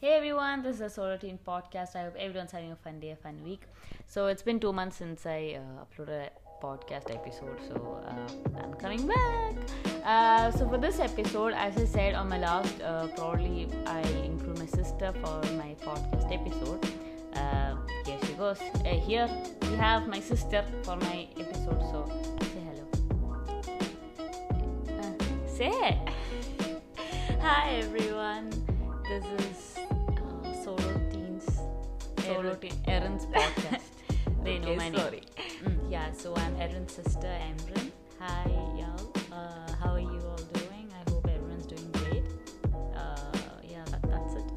Hey everyone, this is the Solo Teen podcast. I hope everyone's having a fun day, a fun week. So it's been two months since I uh, uploaded a podcast episode, so uh, I'm coming back. Uh, so for this episode, as I said on my last, uh, probably I'll include my sister for my podcast episode. Uh, here she goes. Uh, here we have my sister for my episode. So say hello. Uh, say. Hi everyone. This is uh, Solo Teens. Solo Erin. Teen Erin's podcast. they know Okay, my sorry. name. Mm. Yeah, so I'm Erin's sister, Emrin. Hi, y'all. Uh, how are you all doing? I hope everyone's doing great. Uh, yeah, that, that's it.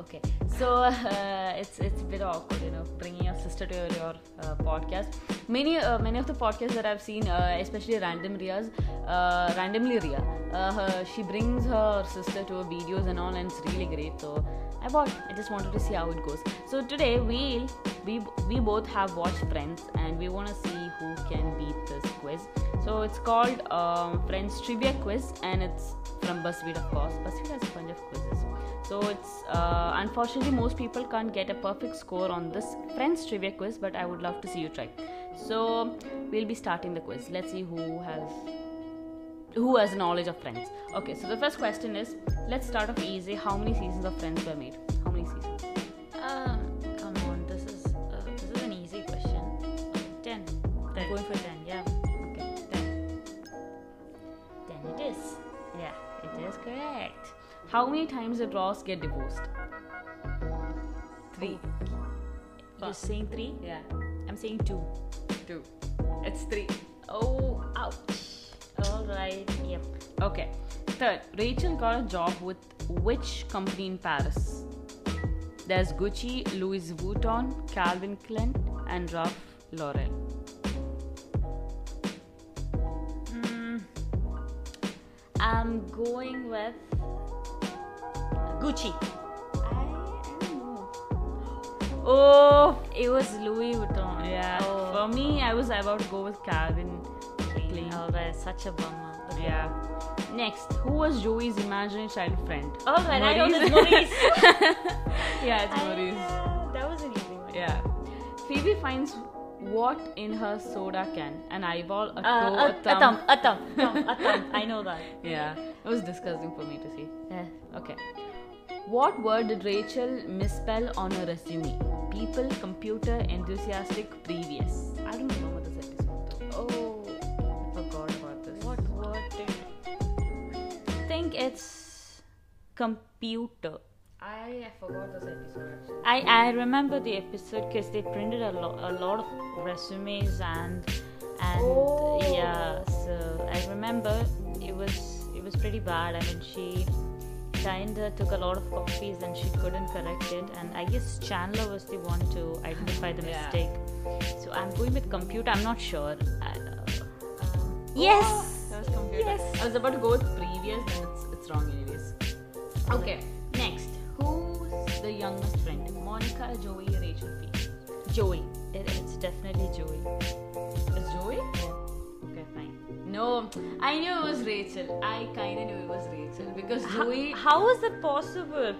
Okay, so uh, it's it's a bit awkward, you know, bringing your sister to your, your uh, podcast. Many uh, many of the podcasts that I've seen, uh, especially Random Ria's, uh, randomly Ria, uh, her, she brings her sister to her videos and all, and it's really great. So I bought. I just wanted to see how it goes. So today we we we both have watched Friends, and we want to see who can beat this quiz. So it's called um, Friends Trivia Quiz, and it's from BuzzFeed, of course. BuzzFeed has a bunch of quizzes. So it's uh, unfortunately most people can't get a perfect score on this Friends trivia quiz, but I would love to see you try. So we'll be starting the quiz. Let's see who has who has knowledge of Friends. Okay, so the first question is let's start off easy. How many seasons of Friends were made? How many seasons? Um, come on, this is uh, this is an easy question. Ten. Ten. I'm going for ten. Yeah, Okay, ten. Ten it is. yeah, it is correct. How many times did Ross get divorced? Three. You're Fuck. saying three? Yeah, I'm saying two. two. It's three. Oh, ouch. All right. Yep. Okay. Third, Rachel got a job with which company in Paris? There's Gucci, Louis Vuitton, Calvin Klein, and Ralph Lauren. Hmm. I'm going with Gucci. Oh, It was Louis Vuitton. yeah. Oh, For me, I was about to go with Calvin Clean. Klein. Oh, that's such a bummer. Okay. Yeah. Next, who was Joey's imaginary child friend? Oh, but I know Maurice. this Maurice. yeah, it's I- Maurice. that was an easy one. Yeah. Phoebe finds what in her soda can? An eyeball, a toe, Uh, a, a, a thumb. thumb, a thumb, thumb, a thumb. I know that. Yeah. It was disgusting for me to see. Okay. What word did Rachel misspell on her resume? People, computer, enthusiastic, previous. I don't remember this episode though. Oh, I forgot about this. what word did I think it's computer. I forgot this episode actually. I, I remember the episode because they printed a, lo- a lot of resumes and and Oh. yeah so I remember it was it was pretty bad I mean she kinda took a lot of copies and she couldn't correct it and I guess Chandler was the one to identify the Yeah. mistake so I'm going with computer I'm not sure uh, I, yes Oh, That was computer. Yes. I was about to go with previous, then it's, it's wrong anyways. Okay. Next. Who's the youngest friend? Monica, Joey, Rachel, Phoebe. Joey it, it's definitely Joey Is Joey? Okay, fine. No, I knew it was Rachel. I kind of knew it was Rachel because How- Joey. how is that possible?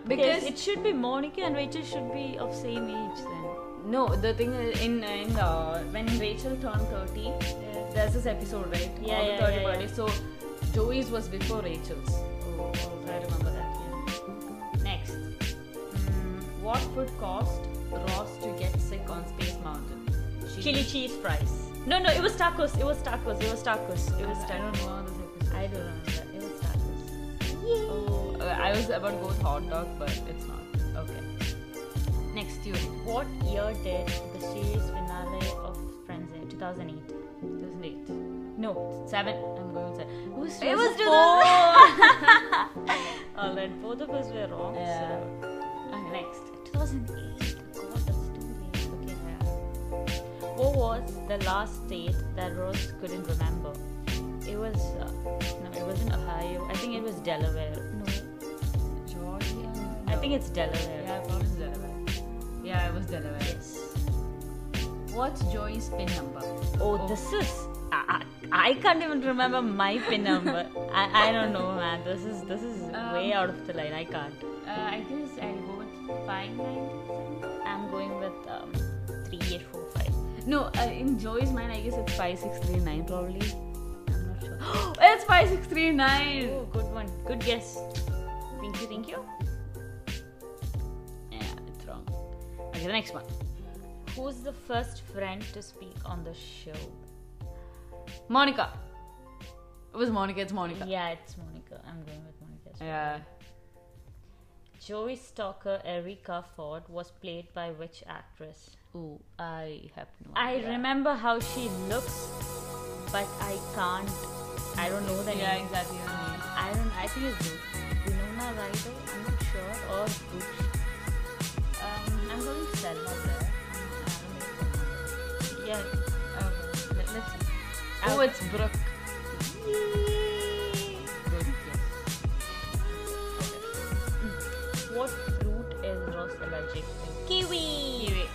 Because- Because, it should be Monica and Rachel should be of same age then. No, the thing is, in in uh, when Rachel turned thirty, uh, there's this episode, right? Yeah, All the yeah, thirty yeah, party. yeah. So Joey's was before Rachel's. Oh, I remember that. Next, mm, what would cost Ross to get sick on Space Mountain? Chili cheese fries. No, no, it was tacos. It was tacos. It was tacos. It was I tacos. don't know this episode. I don't remember. It was tacos. Oh, uh, I was about to go with hot dog, but it's not. Okay. Next theory. What year did the series finale of Friends air? 2008. This is eight. No. Seven. I'm going with seven. It was, It was four. 2000. All right, both of us were wrong. Yeah. So. Okay, next. 2008. God, that's too late. Okay. What was the last state that Rose couldn't remember? It was uh, no, it wasn't Ohio. I think it was Delaware. No, Georgia. I think it's Delaware. Yeah, I thought it's Delaware. Yeah, it was Delaware. Yes. What's Joey's pin number? Oh, this is. I, I I can't even remember my pin number. I, I don't know, man. This is this is Um, way out of the line. I can't. Uh, I guess I'll go with um, No, uh, in Joey's mind, I guess it's 5639 probably. I'm not sure. it's 5639! Oh, good one. Good guess. Thank you, thank you. Yeah, it's wrong. Okay, the next one. Who's the first friend to speak on the show? Monica. It was Monica, it's Monica. Yeah, it's Monica. I'm going with Monica. as well. Yeah. Joey Stalker Erika Ford was played by which actress? Ooh, I have no I idea. remember how she looks, but I can't. I don't know the Yeah, name. exactly. the name. I don't. I think it's Ru- Winona Ryder. I'm not sure. Or Gucci. Um, I'm going to sell that there. I don't know. Yeah. Okay. Let, let's. see. Oh, I'll- it's Brooke. Good guess. What fruit is Ross allergic to? Kiwi.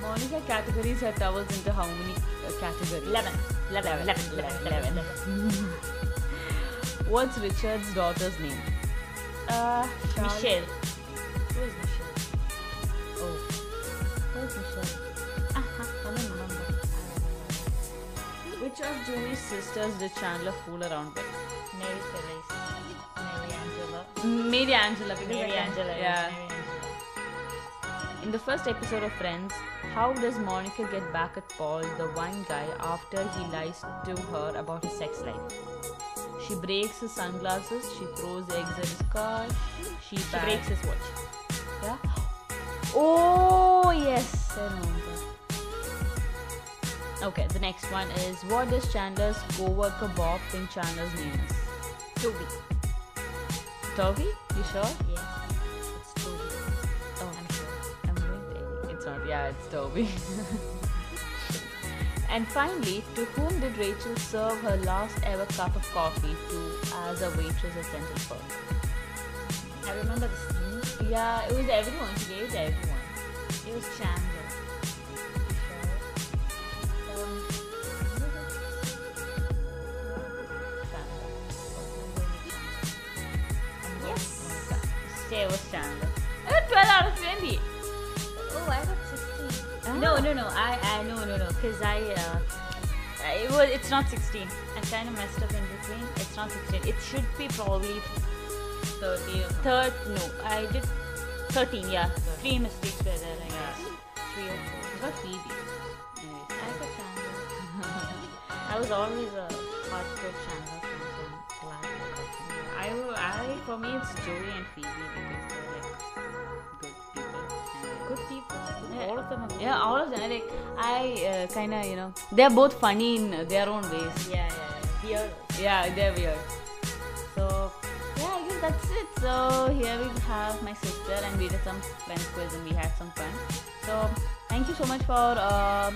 Monica categories her towels into how many uh, categories? Lemon. Lemon. Lemon. Lemon. Lemon. What's Richard's daughter's name? Uh, Charlotte- Michelle. Who is Michelle? Oh. Where's Michelle? I don't remember. Which of Joey's sisters did Chandler fool around with? Mary Therese. Mary Angela. Mary Angela. because Mary I can- Angela. Yeah. Mary Angela. In the first episode of Friends, how does Monica get back at Paul, the wine guy, after he lies to her about his sex life? She breaks his sunglasses, she throws eggs at his car, she, She breaks his watch. Yeah. Oh yes, I remember. Okay, the next one is what does Chandler's co-worker Bob think Chandler's name is? Toby. Toby? You sure? Yes. It's Toby. Oh. I'm sure. I'm going to- It's not. Yeah, it's Toby. and finally, to whom did Rachel serve her last ever cup of coffee to as a waitress at Central Park? I remember the scene. Yeah, it was everyone. She gave it to everyone. It was Chandler. Um, Yes. Stay with Chandler. Uh, 12 out of 20. Oh, I got No, 16. No, no, no. I, I, no, no, no. Because I, uh, I- it was, it's not 16. I kind of messed up in between. It's not 16. It should be probably 30. third. No, I did 13. Yeah, three mistakes were there. I Yeah. guess three or four. I got Phoebe. I got Chandler. I was always a hardcore Chandler fan, so I'm glad I got him. I, will- I, for me, it's Joey and Phoebe because they're like good people. Good people. Yeah. All of them are good. Yeah, all of them. I Like I uh, kind of, you know, they're both funny in their own ways. Yeah, yeah, yeah. Here. Yeah, they're weird. So yeah, I guess that's it. So here we have my sister, and we did some friends quiz, and we had some fun. So thank you so much for uh,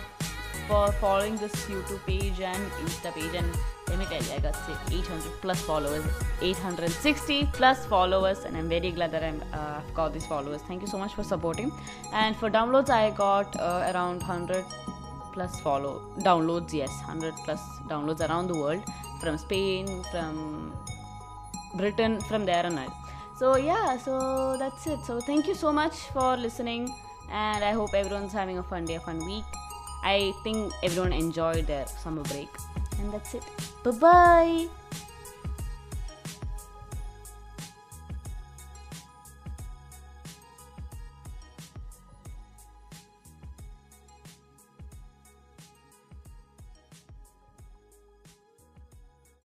for following this YouTube page and Insta page. And let me tell you, I got say 800 plus followers, 860 plus followers, and I'm very glad that I'm uh, I've got these followers. Thank you so much for supporting. And for downloads, I got uh, around 100 plus follow downloads yes 100 plus downloads around the world from spain from britain from there and all so yeah so that's it so thank you so much for listening and i hope everyone's having a fun day a fun week i think everyone enjoyed their summer break and that's it bye bye